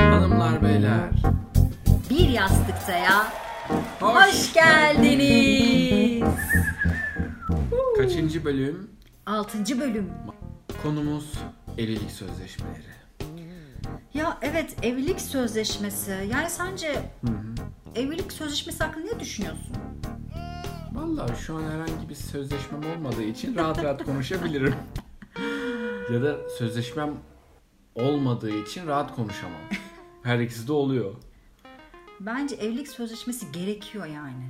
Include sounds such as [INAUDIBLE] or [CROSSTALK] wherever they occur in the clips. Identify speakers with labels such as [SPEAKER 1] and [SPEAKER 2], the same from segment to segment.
[SPEAKER 1] Hanımlar, beyler.
[SPEAKER 2] Bir yastıkta ya. Hoş geldiniz.
[SPEAKER 1] Kaçıncı bölüm?
[SPEAKER 2] 6. bölüm.
[SPEAKER 1] Konumuz evlilik sözleşmeleri.
[SPEAKER 2] Ya evet evlilik sözleşmesi. Yani sence evlilik sözleşmesi hakkında ne düşünüyorsun?
[SPEAKER 1] Vallahi şu an herhangi bir sözleşmem olmadığı için rahat rahat
[SPEAKER 2] [LAUGHS]
[SPEAKER 1] konuşabilirim. ya da sözleşmem olmadığı için rahat konuşamam. Her ikisi de oluyor.
[SPEAKER 2] Bence evlilik sözleşmesi gerekiyor yani.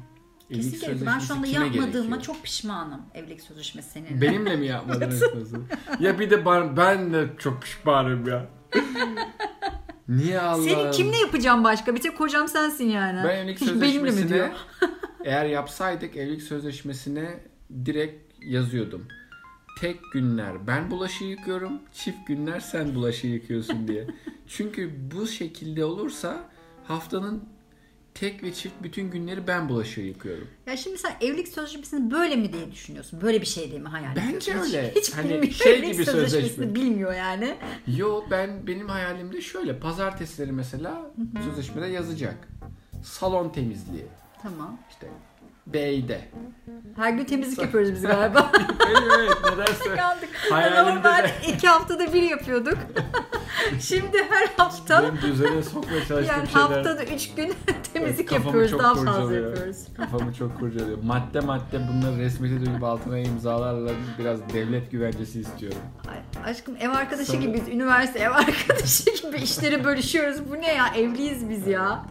[SPEAKER 1] Evlilik
[SPEAKER 2] Kesin gerekiyor. Ben şu anda
[SPEAKER 1] kime
[SPEAKER 2] yapmadığıma
[SPEAKER 1] gerekiyor?
[SPEAKER 2] çok pişmanım evlilik sözleşmesi seninle.
[SPEAKER 1] Benimle mi yapmadın sözü? Ya bir de ben, ben de çok pişmanım ya. Niye Allah'ım?
[SPEAKER 2] Senin kimle yapacağım başka? Bir tek kocam sensin yani.
[SPEAKER 1] Ben
[SPEAKER 2] [LAUGHS]
[SPEAKER 1] evlilik
[SPEAKER 2] Benimle mi diyor?
[SPEAKER 1] sözleşmesine [LAUGHS] eğer yapsaydık evlilik sözleşmesine direkt yazıyordum. Tek günler ben bulaşığı yıkıyorum, çift günler sen bulaşığı yıkıyorsun
[SPEAKER 2] [LAUGHS]
[SPEAKER 1] diye. Çünkü bu şekilde olursa haftanın tek ve çift bütün günleri ben bulaşığı yıkıyorum.
[SPEAKER 2] Ya şimdi sen evlilik sözleşmesini böyle mi diye düşünüyorsun? Böyle bir şey diye mi hayal
[SPEAKER 1] Bence
[SPEAKER 2] ediyorsun?
[SPEAKER 1] öyle.
[SPEAKER 2] Hiç, hiç
[SPEAKER 1] Hani
[SPEAKER 2] bilmiyor.
[SPEAKER 1] şey
[SPEAKER 2] evlilik
[SPEAKER 1] gibi
[SPEAKER 2] sözleşmesini
[SPEAKER 1] sözleşme.
[SPEAKER 2] bilmiyor yani.
[SPEAKER 1] Yo ben benim hayalimde şöyle pazartesileri mesela sözleşmede yazacak. Salon temizliği
[SPEAKER 2] Tamam.
[SPEAKER 1] işte beyde.
[SPEAKER 2] Her gün temizlik yapıyoruz biz [LAUGHS] galiba.
[SPEAKER 1] evet evet nedense
[SPEAKER 2] Yandık.
[SPEAKER 1] Hayalimde
[SPEAKER 2] Normalde
[SPEAKER 1] de.
[SPEAKER 2] [LAUGHS] iki haftada bir
[SPEAKER 1] [LAUGHS]
[SPEAKER 2] yapıyorduk. şimdi her hafta
[SPEAKER 1] benim düzene sokmaya çalıştığım
[SPEAKER 2] yani
[SPEAKER 1] şeyler.
[SPEAKER 2] haftada üç gün [LAUGHS] temizlik
[SPEAKER 1] Kafamı
[SPEAKER 2] yapıyoruz.
[SPEAKER 1] çok
[SPEAKER 2] Daha fazla
[SPEAKER 1] kurcalıyor.
[SPEAKER 2] yapıyoruz.
[SPEAKER 1] Kafamı çok kurcalıyor. Madde madde bunları resmete dönüp altına imzalarla biraz devlet güvencesi istiyorum.
[SPEAKER 2] Ay, aşkım ev arkadaşı
[SPEAKER 1] Sonra-
[SPEAKER 2] gibiyiz. Üniversite ev [LAUGHS] arkadaşı gibi işleri bölüşüyoruz. Bu ne ya? Evliyiz biz ya.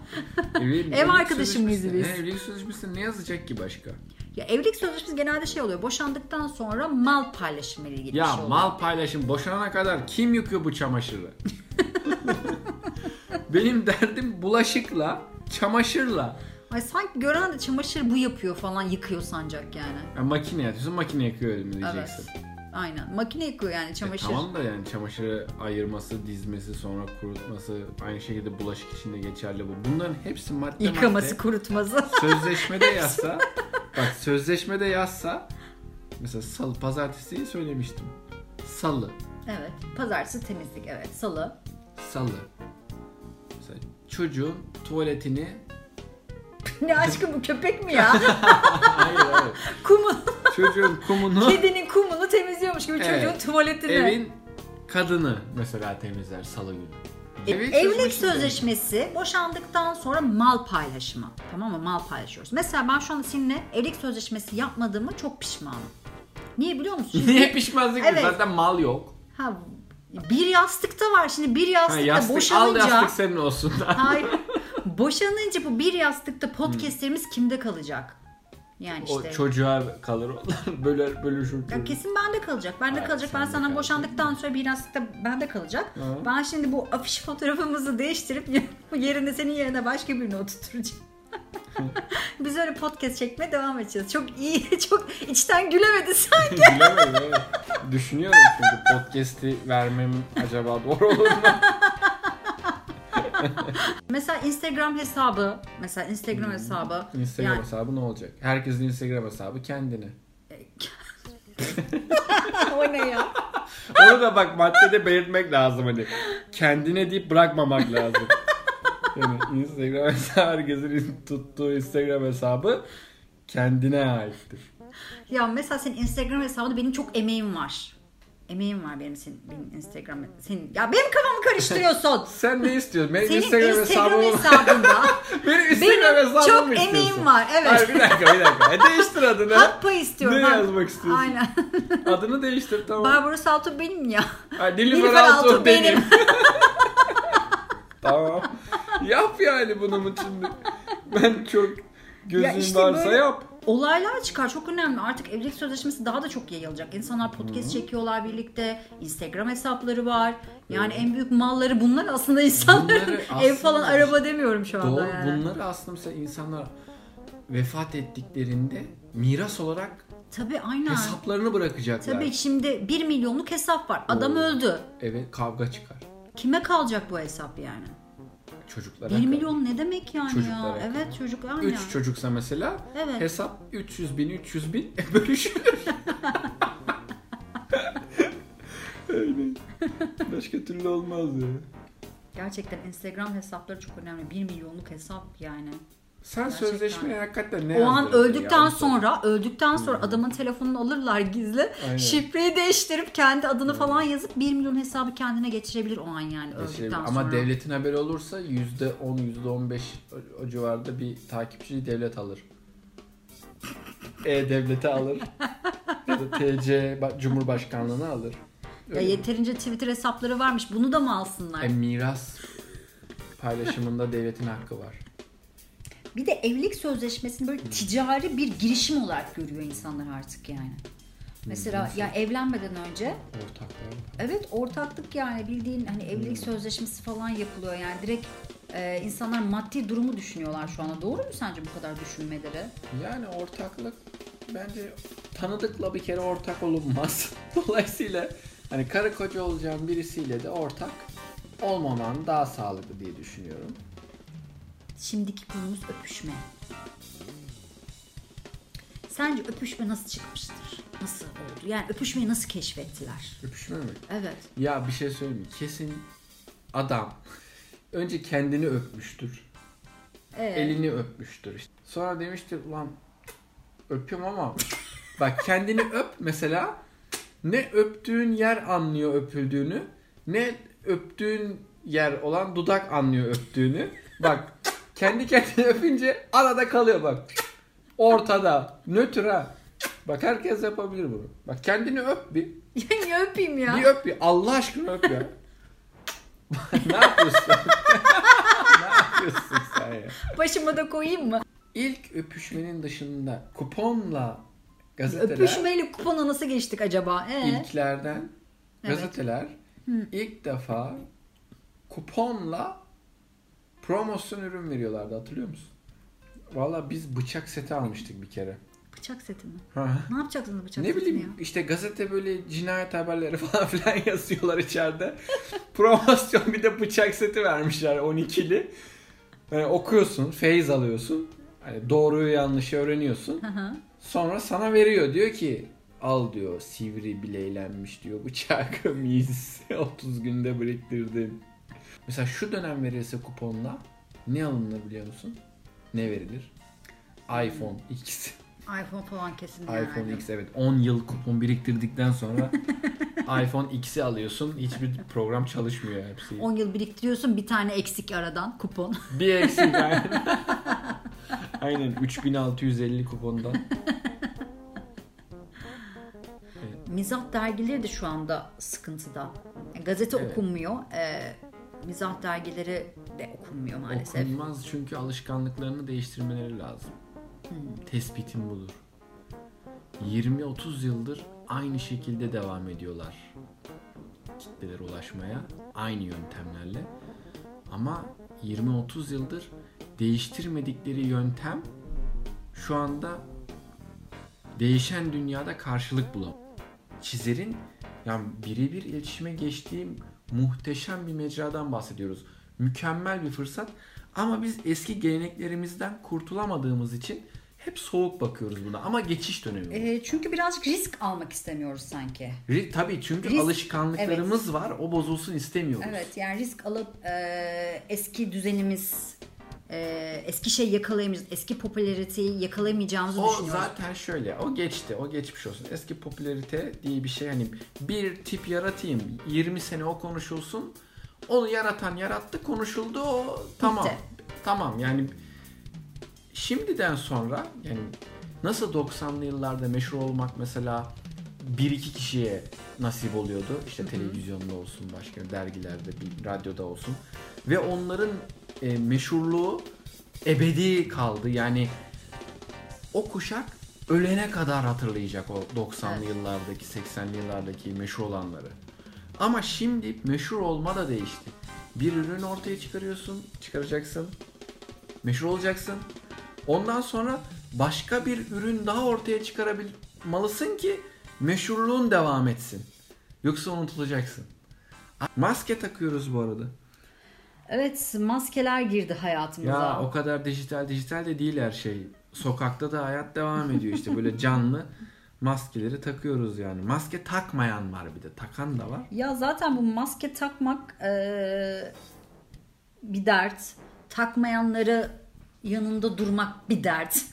[SPEAKER 1] Evlilik,
[SPEAKER 2] Ev arkadaşı mıyız
[SPEAKER 1] sözleşmesi-
[SPEAKER 2] biz?
[SPEAKER 1] He, Evlilik sözleşmesi ne yazacak ki başka?
[SPEAKER 2] Ya evlilik sözleşmesi genelde şey oluyor. Boşandıktan sonra mal paylaşımı ile ilgili bir
[SPEAKER 1] Ya
[SPEAKER 2] şey oluyor.
[SPEAKER 1] mal paylaşım boşanana kadar kim yıkıyor bu çamaşırı?
[SPEAKER 2] [LAUGHS]
[SPEAKER 1] Benim derdim bulaşıkla, çamaşırla.
[SPEAKER 2] Ay sanki gören de çamaşır bu yapıyor falan yıkıyor sancak yani.
[SPEAKER 1] Ya makine yatıyorsun makine yakıyor öyle mi
[SPEAKER 2] Evet.
[SPEAKER 1] diyeceksin? E,
[SPEAKER 2] Aynen. Makine yıkıyor yani çamaşır.
[SPEAKER 1] Tamam da yani çamaşırı ayırması, dizmesi, sonra kurutması, aynı şekilde bulaşık içinde geçerli bu. Bunların hepsi madde
[SPEAKER 2] Yıkaması,
[SPEAKER 1] madde.
[SPEAKER 2] kurutması.
[SPEAKER 1] Sözleşmede yazsa bak sözleşmede yazsa mesela salı pazartesiyi söylemiştim. Salı,
[SPEAKER 2] evet. Pazartesi temizlik evet. Salı. [LAUGHS]
[SPEAKER 1] salı. Mesela çocuğun tuvaletini
[SPEAKER 2] ne aşkım bu köpek mi ya?
[SPEAKER 1] hayır hayır. [LAUGHS]
[SPEAKER 2] Kumu,
[SPEAKER 1] Çocuğun kumunu
[SPEAKER 2] kedinin kumunu temizliyormuş gibi
[SPEAKER 1] Evet.
[SPEAKER 2] çocuğun tuvaletini.
[SPEAKER 1] evin kadını mesela temizler salı günü. Evlilik
[SPEAKER 2] E, Evlilik
[SPEAKER 1] sözleşmesi.
[SPEAKER 2] sözleşmesi boşandıktan sonra mal paylaşımı. Tamam mı? Mal paylaşıyoruz. Mesela ben şu an seninle evlilik sözleşmesi yapmadığımı çok pişmanım. Niye biliyor musun?
[SPEAKER 1] [LAUGHS]
[SPEAKER 2] Çünkü-
[SPEAKER 1] Niye pişmezlik?
[SPEAKER 2] Evet.
[SPEAKER 1] Zaten mal yok.
[SPEAKER 2] Ha, bir yastıkta var. Şimdi bir
[SPEAKER 1] Ha,
[SPEAKER 2] yastıkta
[SPEAKER 1] yastık, al
[SPEAKER 2] boşanınca...
[SPEAKER 1] yastık senin olsun. [LAUGHS]
[SPEAKER 2] Hayır. Boşanınca bu bir yastıkta podcastlerimiz kimde kalacak? Yani
[SPEAKER 1] [LAUGHS]
[SPEAKER 2] işte.
[SPEAKER 1] O çocuğa kalır [LAUGHS] onlar böler bölüşür.
[SPEAKER 2] Ya kesin bende kalacak. Bende
[SPEAKER 1] Hayır,
[SPEAKER 2] kalacak. Ben
[SPEAKER 1] sende
[SPEAKER 2] senden
[SPEAKER 1] kalacak.
[SPEAKER 2] boşandıktan sonra bir yastıkta bende kalacak.
[SPEAKER 1] Hı.
[SPEAKER 2] Ben şimdi bu afiş fotoğrafımızı değiştirip [LAUGHS] yerine senin yerine başka birini oturtacağım. [LAUGHS] Biz öyle podcast çekmeye devam edeceğiz. Çok iyi, [LAUGHS] çok içten gülemedi sen.
[SPEAKER 1] Bilemedim evet. Düşünüyorum çünkü podcast'i vermem acaba doğru olur
[SPEAKER 2] [LAUGHS]
[SPEAKER 1] mu?
[SPEAKER 2] mesela Instagram hesabı, mesela Instagram hesabı.
[SPEAKER 1] Instagram
[SPEAKER 2] Yani-
[SPEAKER 1] hesabı ne olacak? Herkesin Instagram hesabı kendini.
[SPEAKER 2] [LAUGHS] o ne ya?
[SPEAKER 1] Onu da bak maddede belirtmek lazım hani. Kendine deyip bırakmamak lazım. Yani Instagram hesabı herkesin tuttuğu Instagram hesabı kendine aittir.
[SPEAKER 2] Ya mesela senin Instagram hesabında benim çok emeğim var. Emeğim var benim senin benim Instagram senin ya benim kafamı karıştırıyorsun.
[SPEAKER 1] Sen ne istiyorsun? [LAUGHS] Benim
[SPEAKER 2] Senin
[SPEAKER 1] Instagram,
[SPEAKER 2] Instagram,
[SPEAKER 1] hesabımı...
[SPEAKER 2] hesabında
[SPEAKER 1] [LAUGHS] Benim Instagram
[SPEAKER 2] benim
[SPEAKER 1] hesabımı
[SPEAKER 2] çok
[SPEAKER 1] mı istiyorsun?
[SPEAKER 2] emeğim var.
[SPEAKER 1] Hayır
[SPEAKER 2] Evet.
[SPEAKER 1] bir dakika bir dakika. E, değiştir adını.
[SPEAKER 2] Hak payı istiyorum.
[SPEAKER 1] Ne
[SPEAKER 2] hak-
[SPEAKER 1] yazmak istiyorsun?
[SPEAKER 2] Aynen.
[SPEAKER 1] [LAUGHS] Adını değiştir tamam.
[SPEAKER 2] Barbaros Alto benim ya.
[SPEAKER 1] Ha, Nilüfer
[SPEAKER 2] Nilüfer Alto
[SPEAKER 1] Altun benim.
[SPEAKER 2] benim.
[SPEAKER 1] [LAUGHS] tamam. Yap yani bunun şimdi. Ben çok gözün
[SPEAKER 2] Ya işte
[SPEAKER 1] varsa
[SPEAKER 2] böyle-
[SPEAKER 1] yap.
[SPEAKER 2] Olaylar çıkar çok önemli. Artık evlilik sözleşmesi daha da çok yayılacak. İnsanlar podcast çekiyorlar birlikte. Instagram hesapları var. Yani en büyük malları bunlar aslında insanların.
[SPEAKER 1] Bunları
[SPEAKER 2] [LAUGHS] Ev falan
[SPEAKER 1] aslında-
[SPEAKER 2] araba demiyorum şu anda
[SPEAKER 1] Doğru.
[SPEAKER 2] yani.
[SPEAKER 1] Bunları aslında mesela insanlar vefat ettiklerinde miras olarak
[SPEAKER 2] Tabii aynen.
[SPEAKER 1] hesaplarını bırakacaklar.
[SPEAKER 2] Tabii şimdi 1 milyonluk hesap var. Adam
[SPEAKER 1] Oo.
[SPEAKER 2] öldü.
[SPEAKER 1] Evet kavga çıkar.
[SPEAKER 2] Kime kalacak bu hesap yani?
[SPEAKER 1] Çocuklara.
[SPEAKER 2] 1 milyon ne demek yani ya?
[SPEAKER 1] Çocuklara kalır.
[SPEAKER 2] Evet çocuk yani.
[SPEAKER 1] 3 çocuksa mesela
[SPEAKER 2] Evet.
[SPEAKER 1] hesap 300 bin 300 bin [LAUGHS] bölüşülür. Aynen. Başka türlü olmaz ya.
[SPEAKER 2] Gerçekten Instagram hesapları çok önemli. 1 milyonluk hesap yani.
[SPEAKER 1] Sen
[SPEAKER 2] Gerçekten.
[SPEAKER 1] sözleşmeye hakikaten ne
[SPEAKER 2] o an
[SPEAKER 1] yazdın orada
[SPEAKER 2] öldükten
[SPEAKER 1] ya? Hmm.
[SPEAKER 2] sonra, öldükten sonra adamın telefonunu alırlar gizli.
[SPEAKER 1] Aynen.
[SPEAKER 2] Şifreyi değiştirip kendi adını falan yazıp 1 milyon hesabı kendine geçirebilir o an yani
[SPEAKER 1] Şey,
[SPEAKER 2] öldükten sonra.
[SPEAKER 1] ama devletin haberi olursa %10, %15 o- o civarda bir takipçiyi devlet alır. E-Devlet'i
[SPEAKER 2] [LAUGHS]
[SPEAKER 1] alır. ya da TC ba- Cumhurbaşkanlığını alır.
[SPEAKER 2] Ya
[SPEAKER 1] Öyle.
[SPEAKER 2] yeterince Twitter hesapları varmış. Bunu da mı alsınlar?
[SPEAKER 1] E, miras paylaşımında devletin hakkı var.
[SPEAKER 2] Bir de evlilik sözleşmesini
[SPEAKER 1] Hmm.
[SPEAKER 2] böyle ticari bir girişim olarak görüyor insanlar artık yani.
[SPEAKER 1] Hmm,
[SPEAKER 2] Mesela ya evlenmeden önce
[SPEAKER 1] Ortaklar.
[SPEAKER 2] evet ortaklık yani bildiğin hani evlilik
[SPEAKER 1] Hmm.
[SPEAKER 2] sözleşmesi falan yapılıyor yani direkt e, insanlar maddi durumu düşünüyorlar şu anda. Doğru mu sence bu kadar düşünmeleri?
[SPEAKER 1] Yani ortaklık bence tanıdıkla bir kere ortak olunmaz. [LAUGHS] Dolayısıyla hani karı koca olacağın birisiyle de ortak olmaman daha sağlıklı diye düşünüyorum.
[SPEAKER 2] Şimdiki konumuz öpüşme. Sence öpüşme nasıl çıkmıştır? Nasıl oldu? Yani öpüşmeyi nasıl keşfettiler?
[SPEAKER 1] Öpüşme mi?
[SPEAKER 2] Evet.
[SPEAKER 1] Ya bir şey söyleyeyim mi? Kesin adam önce kendini öpmüştür.
[SPEAKER 2] Evet.
[SPEAKER 1] Elini öpmüştür. işte. Sonra demiştir ulan öpüyorum ama [LAUGHS] bak kendini öp mesela ne öptüğün yer anlıyor öpüldüğünü ne öptüğün yer olan dudak anlıyor öptüğünü. Bak kendi kendini öpünce arada kalıyor bak. Ortada. Nötr ha. Bak herkes yapabilir bunu. Bak kendini öp bir.
[SPEAKER 2] [LAUGHS] Ya niye öpeyim ya?
[SPEAKER 1] Bir öp bir. Allah aşkına öp ya. [LAUGHS] ne yapıyorsun? [LAUGHS] ne yapıyorsun sen ya?
[SPEAKER 2] Başıma da koyayım mı?
[SPEAKER 1] İlk öpüşmenin dışında kuponla gazeteler
[SPEAKER 2] Öpüşmeyle kupona nasıl geçtik acaba? Ee?
[SPEAKER 1] ilklerden
[SPEAKER 2] Evet.
[SPEAKER 1] gazeteler ilk defa kuponla promosyon ürün veriyorlardı hatırlıyor musun? Valla biz bıçak seti almıştık bir kere.
[SPEAKER 2] Bıçak seti mi?
[SPEAKER 1] Ha.
[SPEAKER 2] Ne yapacaksınız bıçak
[SPEAKER 1] Ne
[SPEAKER 2] setini
[SPEAKER 1] bileyim
[SPEAKER 2] ya?
[SPEAKER 1] işte gazete böyle cinayet haberleri [LAUGHS] falan filan yazıyorlar içeride. Promosyon bir de bıçak seti vermişler 12'li. Hani okuyorsun, feyiz alıyorsun. Hani doğruyu yanlışı öğreniyorsun.
[SPEAKER 2] Hı hı.
[SPEAKER 1] Sonra sana veriyor diyor ki al diyor sivri bileylenmiş diyor bıçak mis 30 günde biriktirdim. Mesela şu dönem verilse kuponla ne alınır biliyor musun? Ne verilir? iPhone X
[SPEAKER 2] iPhone falan kesin
[SPEAKER 1] iPhone
[SPEAKER 2] yani.
[SPEAKER 1] X evet 10 yıl kupon biriktirdikten sonra iPhone X'i alıyorsun. Hiçbir program çalışmıyor hepsi.
[SPEAKER 2] 10 yıl biriktiriyorsun bir tane eksik aradan kupon. [LAUGHS]
[SPEAKER 1] Bir eksik aynen. aynen 3650 kupondan.
[SPEAKER 2] mizah dergileri de şu anda sıkıntıda. Yani Gazete
[SPEAKER 1] Evet.
[SPEAKER 2] okunmuyor. Ee, mizah dergileri de okunmuyor maalesef.
[SPEAKER 1] Okunmaz çünkü alışkanlıklarını değiştirmeleri lazım. Tespitim budur. 20-30 yıldır aynı şekilde devam ediyorlar kitlelere ulaşmaya aynı yöntemlerle. Ama 20-30 yıldır değiştirmedikleri yöntem şu anda değişen dünyada karşılık bulamıyor. Çizerin yani birebir iletişime geçtiği muhteşem bir mecradan bahsediyoruz. Mükemmel bir fırsat ama biz eski geleneklerimizden kurtulamadığımız için hep soğuk bakıyoruz buna ama geçiş dönemi. bu.
[SPEAKER 2] Ee, çünkü birazcık risk almak istemiyoruz sanki.
[SPEAKER 1] Ri- Tabii çünkü
[SPEAKER 2] Risk-
[SPEAKER 1] alışkanlıklarımız var. O bozulsun istemiyoruz.
[SPEAKER 2] Evet yani risk alıp e, eski düzenimiz, e, eski şey yakalayamayacağız, eski popülariteyi yakalayamayacağımızı
[SPEAKER 1] O
[SPEAKER 2] düşünüyoruz.
[SPEAKER 1] zaten şöyle. O geçti. O geçmiş olsun. Eski popülarite diye bir şey hani bir tip yaratayım. 20 sene o konuşulsun. Onu yaratan yarattı. Konuşuldu. O tamam.
[SPEAKER 2] Bitti.
[SPEAKER 1] Tamam yani şimdiden sonra yani nasıl 90'lı yıllarda meşhur olmak mesela bir iki kişiye nasip oluyordu. İşte televizyonda olsun başka dergilerde bir radyoda olsun. Ve onların e, meşhurluğu ebedi kaldı. Yani o kuşak ölene kadar hatırlayacak o 90'lı yıllardaki 80'li yıllardaki meşhur olanları. Ama şimdi meşhur olma da değişti. Bir ürün ortaya çıkarıyorsun, çıkaracaksın. Meşhur olacaksın. Ondan sonra başka bir ürün daha ortaya çıkarabilmalısın ki meşhurluğun devam etsin. Yoksa unutulacaksın. Maske takıyoruz bu arada.
[SPEAKER 2] Evet maskeler girdi hayatımıza.
[SPEAKER 1] Ya o kadar dijital dijital de değil her şey. Sokakta da hayat devam ediyor işte böyle canlı maskeleri takıyoruz yani. Maske takmayan var bir de takan da var.
[SPEAKER 2] Ya zaten bu maske takmak e, bir dert. Takmayanları yanında durmak bir dert. [LAUGHS]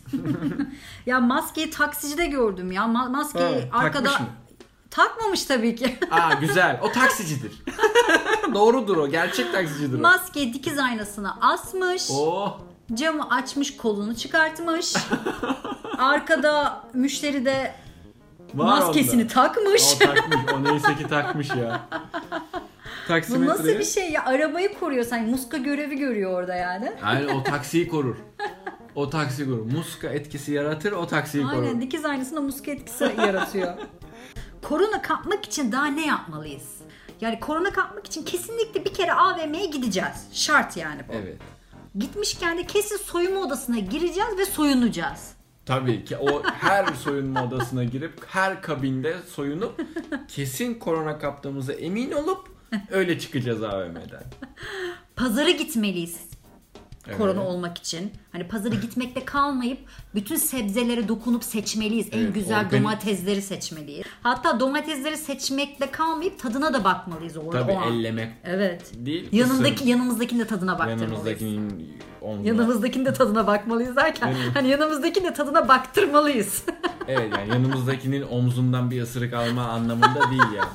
[SPEAKER 2] ya maskeyi taksicide gördüm ya. Ma- maskeyi
[SPEAKER 1] Ha,
[SPEAKER 2] arkada
[SPEAKER 1] takmış mı?
[SPEAKER 2] takmamış tabii ki.
[SPEAKER 1] [LAUGHS] Aa güzel. O taksicidir. [LAUGHS] Doğrudur o. Gerçek taksicidir o.
[SPEAKER 2] Maskeyi dikiz aynasına asmış.
[SPEAKER 1] Oh.
[SPEAKER 2] Camı açmış, kolunu çıkartmış. arkada müşteri de
[SPEAKER 1] Var
[SPEAKER 2] maskesini
[SPEAKER 1] onda.
[SPEAKER 2] takmış.
[SPEAKER 1] O takmış. O neyse ki takmış ya.
[SPEAKER 2] [LAUGHS] Bu nasıl
[SPEAKER 1] Taksimetreyi.
[SPEAKER 2] bir şey ya? Arabayı koruyor sanki. Muska görevi görüyor orada yani.
[SPEAKER 1] Yani o taksiyi korur. O taksi korur. Muska etkisi yaratır o taksiyi korur.
[SPEAKER 2] Aynen dikiz aynasında muska etkisi
[SPEAKER 1] [LAUGHS]
[SPEAKER 2] yaratıyor. korona kapmak için daha ne yapmalıyız? Yani korona kapmak için kesinlikle bir kere AVM'ye gideceğiz. Şart yani bu.
[SPEAKER 1] Evet.
[SPEAKER 2] Gitmişken de kesin soyunma odasına gireceğiz ve soyunacağız.
[SPEAKER 1] Tabii ki o her soyunma odasına girip her kabinde soyunup kesin korona kaptığımıza emin olup öyle çıkacağız AVM'den.
[SPEAKER 2] Pazara gitmeliyiz.
[SPEAKER 1] Evet.
[SPEAKER 2] Korona olmak için.
[SPEAKER 1] [LAUGHS]
[SPEAKER 2] Hani pazara gitmekte kalmayıp bütün sebzelere dokunup seçmeliyiz. en
[SPEAKER 1] Evet,
[SPEAKER 2] güzel
[SPEAKER 1] organik-
[SPEAKER 2] domatesleri seçmeliyiz. Hatta domatesleri seçmekle kalmayıp tadına da bakmalıyız orada
[SPEAKER 1] Tabii
[SPEAKER 2] o an.
[SPEAKER 1] ellemek
[SPEAKER 2] Evet.
[SPEAKER 1] değil.
[SPEAKER 2] Yanındaki
[SPEAKER 1] ısırık.
[SPEAKER 2] yanımızdakinin de tadına baktırmalıyız.
[SPEAKER 1] yanımızdakinin omzuna.
[SPEAKER 2] Yanımızdakinin de tadına bakmalıyız derken
[SPEAKER 1] Evet.
[SPEAKER 2] hani yanımızdakinin de tadına baktırmalıyız.
[SPEAKER 1] Evet yani yanımızdakinin omzundan bir ısırık alma anlamında değil yani.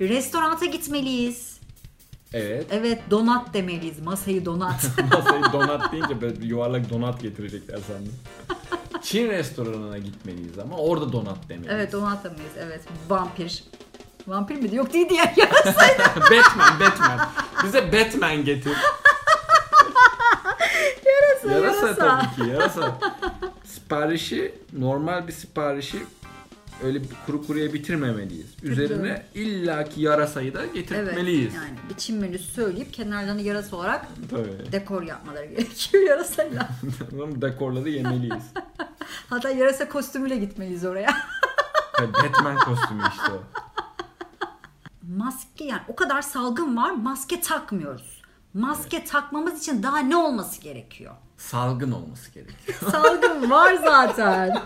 [SPEAKER 2] [LAUGHS] Restoranta gitmeliyiz.
[SPEAKER 1] Evet. [LAUGHS]
[SPEAKER 2] Evet donat demeliyiz. Masayı donat.
[SPEAKER 1] Masayı donat deyince böyle bir yuvarlak donat getirecekler sandım. Çin restoranına gitmeliyiz ama orada donat demeyiz.
[SPEAKER 2] evet donat demeliyiz. Evet vampir. Vampir miydi? Yok değil diye. Ya.
[SPEAKER 1] Batman, Batman. Bize Batman getir.
[SPEAKER 2] Yarasa,
[SPEAKER 1] Yarasa,
[SPEAKER 2] yarasa.
[SPEAKER 1] tabii ki yarasa. siparişi normal bir siparişi öyle bir kuru kuruya bitirmemeliyiz. Üzerine illaki yarasayı da
[SPEAKER 2] Evet.
[SPEAKER 1] getirtmeliyiz.
[SPEAKER 2] Yani biçim menüsü söyleyip kenarlarını yarasa olarak
[SPEAKER 1] Tabii.
[SPEAKER 2] dekor yapmaları gerekiyor [LAUGHS] yarasayla.
[SPEAKER 1] Tamam, Dekorları yemeliyiz.
[SPEAKER 2] Hatta yarasa kostümüyle gitmeliyiz oraya.
[SPEAKER 1] Tabii, Batman kostümü işte o.
[SPEAKER 2] [LAUGHS] maske yani o kadar salgın var maske takmıyoruz. Maske takmamız için daha ne olması gerekiyor?
[SPEAKER 1] Salgın olması gerekiyor.
[SPEAKER 2] [LAUGHS] Salgın var zaten.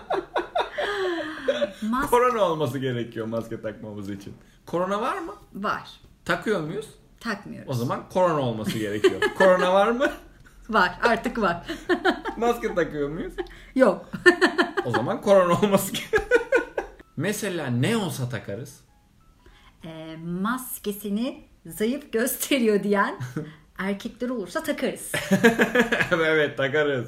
[SPEAKER 2] Maske
[SPEAKER 1] Korona olması gerekiyor maske takmamız için. Korona var mı?
[SPEAKER 2] var.
[SPEAKER 1] Takıyor muyuz? O
[SPEAKER 2] Takmıyoruz.
[SPEAKER 1] zaman korona olması gerekiyor. korona var mı?
[SPEAKER 2] Var artık var. [LAUGHS]
[SPEAKER 1] Maske takıyor muyuz?
[SPEAKER 2] Yok.
[SPEAKER 1] O zaman korona olması gerekiyor. [LAUGHS] Mesela ne olsa takarız.
[SPEAKER 2] Ee, maskesini zayıf
[SPEAKER 1] [LAUGHS]
[SPEAKER 2] gösteriyor diyen erkekler olursa takarız.
[SPEAKER 1] [LAUGHS] evet takarız.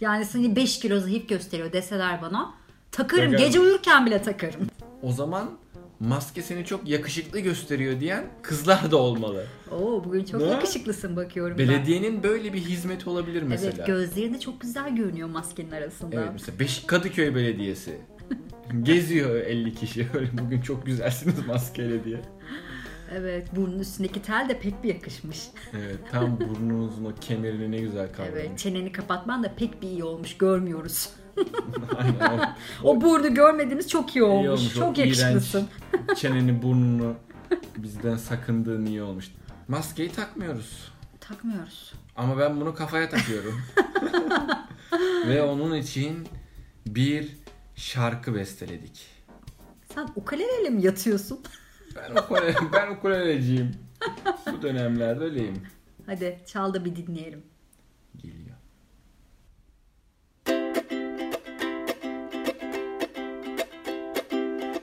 [SPEAKER 2] Yani seni 5 kilo zayıf gösteriyor deseler bana takarım.
[SPEAKER 1] Takarım.
[SPEAKER 2] Gece uyurken bile takarım.
[SPEAKER 1] O zaman maske seni çok yakışıklı gösteriyor diyen kızlar da olmalı.
[SPEAKER 2] Oo bugün çok
[SPEAKER 1] Ne?
[SPEAKER 2] yakışıklısın bakıyorum ben.
[SPEAKER 1] Belediyenin böyle bir hizmeti olabilir mesela.
[SPEAKER 2] Evet gözlerin de çok güzel görünüyor maskenin arasında.
[SPEAKER 1] Evet, mesela Beş Kadıköy
[SPEAKER 2] [LAUGHS]
[SPEAKER 1] Belediyesi. Geziyor 50 kişi [LAUGHS] öyle bugün çok güzelsiniz maskeyle diye.
[SPEAKER 2] Evet, burnun üstündeki tel de pek bir yakışmış.
[SPEAKER 1] Evet tam burnunuzun o kemerini ne güzel
[SPEAKER 2] Evet,
[SPEAKER 1] kavramış.
[SPEAKER 2] çeneni kapatman da pek bir iyi olmuş, görmüyoruz.
[SPEAKER 1] [LAUGHS] Aynen,
[SPEAKER 2] [LAUGHS] O, burnu görmediğimiz çok iyi
[SPEAKER 1] o
[SPEAKER 2] olmuş.
[SPEAKER 1] iyi olmuş, o
[SPEAKER 2] çok
[SPEAKER 1] iğrenç
[SPEAKER 2] yakışıklısın.
[SPEAKER 1] [LAUGHS] Çeneni
[SPEAKER 2] [LAUGHS]
[SPEAKER 1] burnunu bizden sakındığın iyi olmuş. Maskeyi takmıyoruz.
[SPEAKER 2] Takmıyoruz.
[SPEAKER 1] Ama ben bunu kafaya
[SPEAKER 2] [LAUGHS]
[SPEAKER 1] takıyorum. Ve onun için bir şarkı besteledik.
[SPEAKER 2] Sen ukuleleyle mi yatıyorsun? [LAUGHS]
[SPEAKER 1] Ben ukule, [LAUGHS] ben ukuleleciyim. Bu dönemlerde öyleyim.
[SPEAKER 2] Hadi çal da bir dinleyelim.
[SPEAKER 1] Geliyor.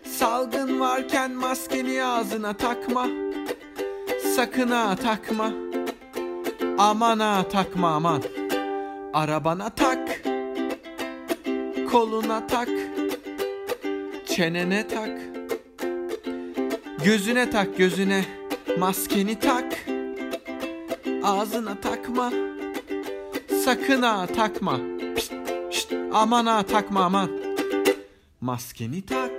[SPEAKER 3] Salgın varken maskeni ağzına takma Sakın ha takma Aman ha takma aman Arabana tak Koluna tak Çenene tak Gözüne tak gözüne Maskeni tak Ağzına takma Sakın ha takma Pişt, şşt, Aman ha takma aman Maskeni tak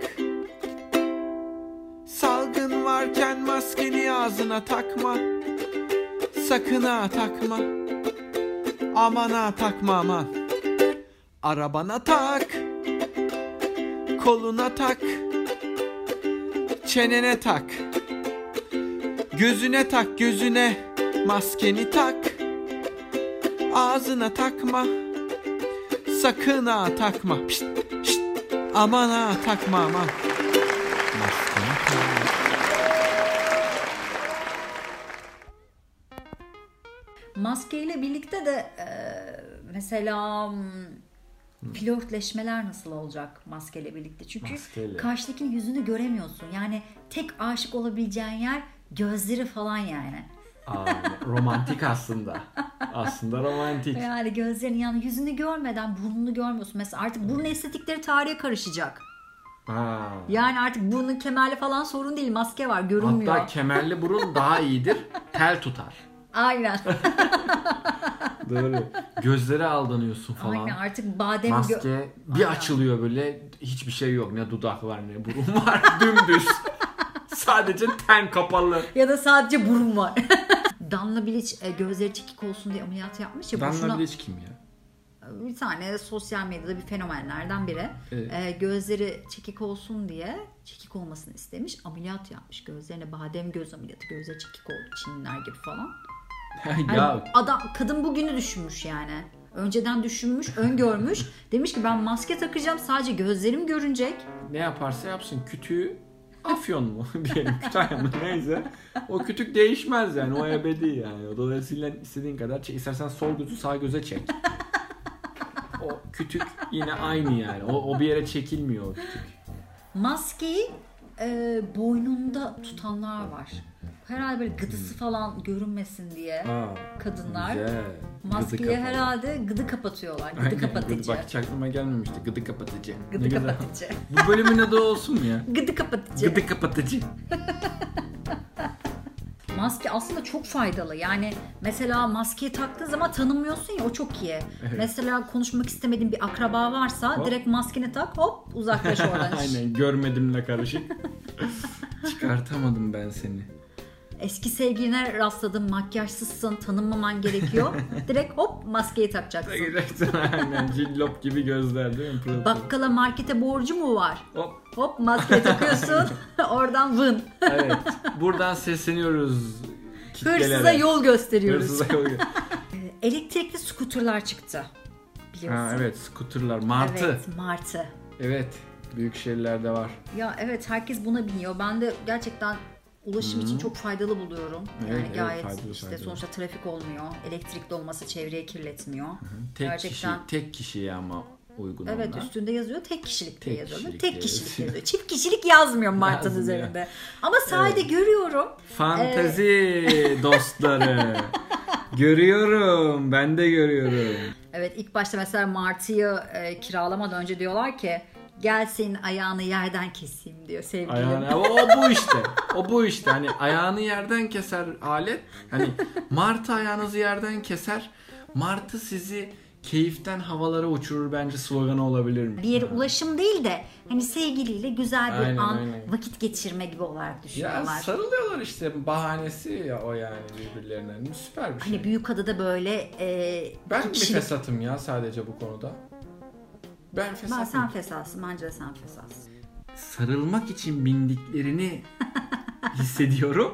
[SPEAKER 3] Salgın varken maskeni ağzına takma Sakın ha takma Aman ha takma aman Arabana tak Koluna tak Çenene tak Gözüne tak gözüne Maskeni tak Ağzına takma Sakın ha takma Pişt, şşt. Aman ha takma aman
[SPEAKER 1] Maskeni tak.
[SPEAKER 2] maskeyle birlikte de e, mesela hmm, flörtleşmeler nasıl olacak maskeyle birlikte? Çünkü
[SPEAKER 1] Maskeyle.
[SPEAKER 2] karşıdakinin yüzünü göremiyorsun. Yani tek aşık olabileceğin yer gözleri falan yani.
[SPEAKER 1] Aa, romantik aslında. Aslında romantik.
[SPEAKER 2] Yani gözlerini yani yüzünü görmeden burnunu görmüyorsun. Mesela artık burun estetikleri tarihe karışacak.
[SPEAKER 1] Aa.
[SPEAKER 2] Yani artık burnun kemerli falan sorun değil. Maske var görünmüyor.
[SPEAKER 1] Hatta kemerli burun daha iyidir. Tel tutar.
[SPEAKER 2] Aynen.
[SPEAKER 1] Doğru. Gözlere aldanıyorsun falan.
[SPEAKER 2] Aynen artık badem gö-
[SPEAKER 1] Maske bir açılıyor böyle hiçbir şey yok. Ne dudak var ne burun var. [LAUGHS] Dümdüz. Sadece ten kapalı.
[SPEAKER 2] ya da sadece burun var. [LAUGHS] Damla Bilic e, gözleri çekik olsun diye ameliyat yapmış ya. boşuna-
[SPEAKER 1] Danla Bilic kim ya?
[SPEAKER 2] bir tane sosyal medyada bir fenomenlerden biri.
[SPEAKER 1] Evet.
[SPEAKER 2] Ee, gözleri çekik olsun diye çekik olmasını istemiş. Ameliyat yapmış gözlerine badem göz ameliyatı. Gözleri çekik oldu Çinliler gibi falan. Yani
[SPEAKER 1] ya
[SPEAKER 2] adam kadın bugünü düşünmüş yani. Önceden düşünmüş, öngörmüş. Demiş ki ben maske takacağım sadece gözlerim görünecek.
[SPEAKER 1] ne yaparsa yapsın kütüğü Afyon mu [LAUGHS] diyelim Kütahya mı neyse o kütük değişmez yani o ebedi yani dolayısıyla istediğin kadar çek istersen sol gözü sağ göze çek o kütük yine aynı yani o, o bir yere çekilmiyor o kütük
[SPEAKER 2] Maskeyi e, boynunda tutanlar var. Herhalde böyle gıdısı falan görünmesin diye
[SPEAKER 1] Aa,
[SPEAKER 2] kadınlar
[SPEAKER 1] güzel.
[SPEAKER 2] maskeye
[SPEAKER 1] Gıdı kapalı.
[SPEAKER 2] herhalde gıdı kapatıyorlar. Gıdı
[SPEAKER 1] Aynen,
[SPEAKER 2] kapatıcı.
[SPEAKER 1] gıdı- Bak hiç aklıma gelmemişti gıdı kapatıcı Ne
[SPEAKER 2] Gıdı
[SPEAKER 1] güzel.
[SPEAKER 2] kapatıcı.
[SPEAKER 1] Bu bölümün adı olsun mu
[SPEAKER 2] [LAUGHS]
[SPEAKER 1] ya
[SPEAKER 2] Gıdı kapatıcı.
[SPEAKER 1] Gıdı kapatıcı
[SPEAKER 2] Maske aslında çok faydalı. Yani mesela maskeyi taktığın zaman tanımıyorsun ya o çok iyi.
[SPEAKER 1] Evet.
[SPEAKER 2] Mesela konuşmak istemediğin bir akraba varsa
[SPEAKER 1] Hop.
[SPEAKER 2] direkt maskeni tak
[SPEAKER 1] [LAUGHS]
[SPEAKER 2] hop uzaklaş oradan.
[SPEAKER 1] Aynen görmedimle karışık Çıkartamadım ben seni
[SPEAKER 2] Eski sevgiline rastladın makyajsızsın
[SPEAKER 1] [LAUGHS]
[SPEAKER 2] tanınmaman gerekiyor. direkt hop maskeyi takacaksın.
[SPEAKER 1] Gerçekten [LAUGHS] aynen cillop gibi gözler değil mi? Pırıl pırıl.
[SPEAKER 2] Bakkala markete borcu mu var?
[SPEAKER 1] Hop.
[SPEAKER 2] Hop maskeyi takıyorsun
[SPEAKER 1] [LAUGHS]
[SPEAKER 2] oradan vın.
[SPEAKER 1] Evet. Buradan sesleniyoruz. kitlelere.
[SPEAKER 2] Hırsıza yol gösteriyoruz.
[SPEAKER 1] Hırsıza yol.
[SPEAKER 2] [LAUGHS] Elektrikli skuterlar çıktı. Biliyorsun.
[SPEAKER 1] ha, evet skuterlar. Martı. Evet.
[SPEAKER 2] Evet, martı.
[SPEAKER 1] Büyük şehirlerde var.
[SPEAKER 2] Ya evet herkes buna biniyor. Ben de gerçekten ulaşım için çok faydalı buluyorum. yani
[SPEAKER 1] Evet, evet,
[SPEAKER 2] gayet
[SPEAKER 1] faydalı,
[SPEAKER 2] işte
[SPEAKER 1] faydalı.
[SPEAKER 2] sonuçta trafik olmuyor. Elektrikli olması çevreyi kirletmiyor.
[SPEAKER 1] Tek
[SPEAKER 2] Gerçekten.
[SPEAKER 1] kişi, tek kişiye ama uygun
[SPEAKER 2] Evet
[SPEAKER 1] onlar.
[SPEAKER 2] üstünde yazıyor tek kişilik diye
[SPEAKER 1] Tek
[SPEAKER 2] yazıyor.
[SPEAKER 1] kişilik
[SPEAKER 2] tek
[SPEAKER 1] diye
[SPEAKER 2] kişilik
[SPEAKER 1] yazıyor.
[SPEAKER 2] yazıyor. Çift kişilik yazmıyor Mart'ın
[SPEAKER 1] Yazmıyor.
[SPEAKER 2] üzerinde. Ama sahilde görüyorum.
[SPEAKER 1] Fantezi
[SPEAKER 2] [LAUGHS]
[SPEAKER 1] dostları. görüyorum. Ben de görüyorum.
[SPEAKER 2] Evet ilk başta mesela Martı'yı e, kiralamadan önce diyorlar ki gel senin ayağını yerden keseyim diyor sevgilim.
[SPEAKER 1] Ayağını, o, o bu işte. O bu işte. Hani ayağını yerden keser alet. Hani martı ayağınızı yerden keser. Martı sizi keyiften havalara uçurur bence sloganı olabilir mi?
[SPEAKER 2] Bir yere ulaşım değil de hani sevgiliyle güzel bir
[SPEAKER 1] Aynen,
[SPEAKER 2] an
[SPEAKER 1] aynen.
[SPEAKER 2] vakit geçirme gibi olarak
[SPEAKER 1] Ya
[SPEAKER 2] düşünüyorlar.
[SPEAKER 1] sarılıyorlar işte bahanesi ya o yani birbirlerine. Süper bir şey.
[SPEAKER 2] Hani büyük adada böyle e,
[SPEAKER 1] ben
[SPEAKER 2] iki
[SPEAKER 1] mi
[SPEAKER 2] kişilik-
[SPEAKER 1] fesatım ya sadece bu konuda? Ben fesatım.
[SPEAKER 2] Ben sen fesatsın, bence de sen fesatsın.
[SPEAKER 1] Sarılmak için bindiklerini hissediyorum.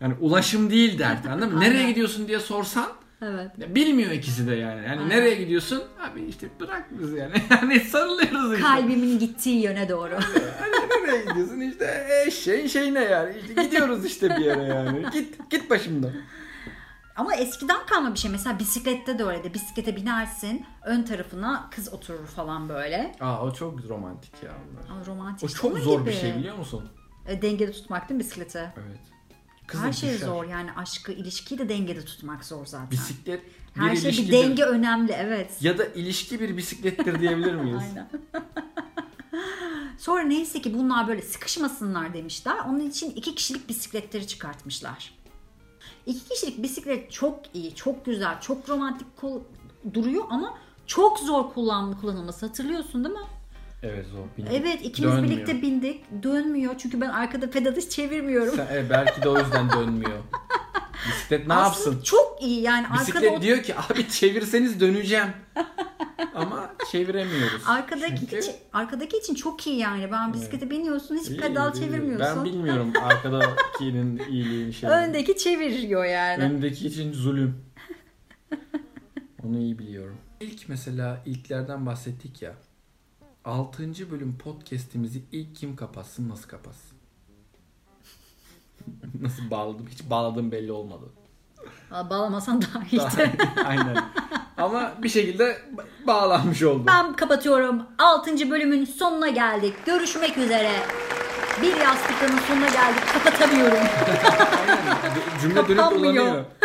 [SPEAKER 1] Yani ulaşım değil dert anladın mı? Nereye gidiyorsun diye sorsan
[SPEAKER 2] Evet.
[SPEAKER 1] Ya Bilmiyor ikisi de yani. Yani nereye gidiyorsun? Abi işte bırak bizi yani. [LAUGHS] Yani sarılıyoruz işte.
[SPEAKER 2] Kalbimin gittiği yöne doğru.
[SPEAKER 1] [LAUGHS]
[SPEAKER 2] [LAUGHS]
[SPEAKER 1] nereye gidiyorsun işte eşeğin şeyine yani. İşte gidiyoruz işte bir yere
[SPEAKER 2] [LAUGHS]
[SPEAKER 1] yani. Git git başımdan.
[SPEAKER 2] Ama eskiden kalma bir şey. Mesela bisiklette de öyle de bisiklete binersin, ön tarafına kız oturur falan böyle.
[SPEAKER 1] Aa o çok romantik ya bunlar.
[SPEAKER 2] Ama romantik.
[SPEAKER 1] O
[SPEAKER 2] işte
[SPEAKER 1] çok
[SPEAKER 2] onun
[SPEAKER 1] zor bir
[SPEAKER 2] gibi.
[SPEAKER 1] şey biliyor musun?
[SPEAKER 2] E, dengede tutmak değil mi bisikleti?
[SPEAKER 1] Evet.
[SPEAKER 2] Her şey zor yani aşkı, ilişkiyi de dengede tutmak zor zaten.
[SPEAKER 1] Bisiklet bir
[SPEAKER 2] Her şey bir
[SPEAKER 1] ilişkidir.
[SPEAKER 2] denge önemli evet.
[SPEAKER 1] Ya da ilişki bir bisiklettir diyebilir miyiz?
[SPEAKER 2] [LAUGHS] Aynen. Sonra neyse ki bunlar böyle sıkışmasınlar demişler. Onun için iki kişilik bisikletleri çıkartmışlar. İki kişilik bisiklet çok iyi, çok güzel, çok romantik kol- duruyor ama çok zor kullan kullanılması. Hatırlıyorsun değil mi?
[SPEAKER 1] Evet zor. bilmiyorum.
[SPEAKER 2] Evet ikimiz
[SPEAKER 1] Dönmüyor.
[SPEAKER 2] birlikte bindik. Dönmüyor çünkü ben arkada pedalı [LAUGHS] çevirmiyorum.
[SPEAKER 1] Sen- evet, belki de o yüzden
[SPEAKER 2] [LAUGHS]
[SPEAKER 1] dönmüyor. Bisiklet ne
[SPEAKER 2] Aslında
[SPEAKER 1] yapsın?
[SPEAKER 2] Çok iyi yani
[SPEAKER 1] Bisiklet
[SPEAKER 2] arkada o-
[SPEAKER 1] diyor ki abi çevirseniz döneceğim. Ama çeviremiyoruz.
[SPEAKER 2] arkadaki
[SPEAKER 1] Çünkü-
[SPEAKER 2] için, arkadaki için çok iyi yani. Ben bisiklete biniyorsun hiç
[SPEAKER 1] İyi,
[SPEAKER 2] pedal
[SPEAKER 1] iyi, iyi.
[SPEAKER 2] çevirmiyorsun.
[SPEAKER 1] Ben bilmiyorum arkadakinin iyiliğini şey.
[SPEAKER 2] Öndeki çeviriyor yani.
[SPEAKER 1] Öndeki için zulüm. Onu iyi biliyorum. İlk mesela ilklerden bahsettik ya. 6. bölüm podcast'imizi ilk kim kapatsın, [LAUGHS] nasıl kapatsın? nasıl bağladım? Hiç bağladım belli olmadı.
[SPEAKER 2] Aa, Bağlamasan daha iyiydi.
[SPEAKER 1] Daha- [LAUGHS] Aynen. Ama bir şekilde ba- bağlanmış oldu.
[SPEAKER 2] [LAUGHS] Ben kapatıyorum. 6. bölümün sonuna geldik. Görüşmek üzere. Bir yastıkların sonuna geldik. Kapatamıyorum.
[SPEAKER 1] Cümle dönüp
[SPEAKER 2] kapanmıyor.
[SPEAKER 1] dolanıyor.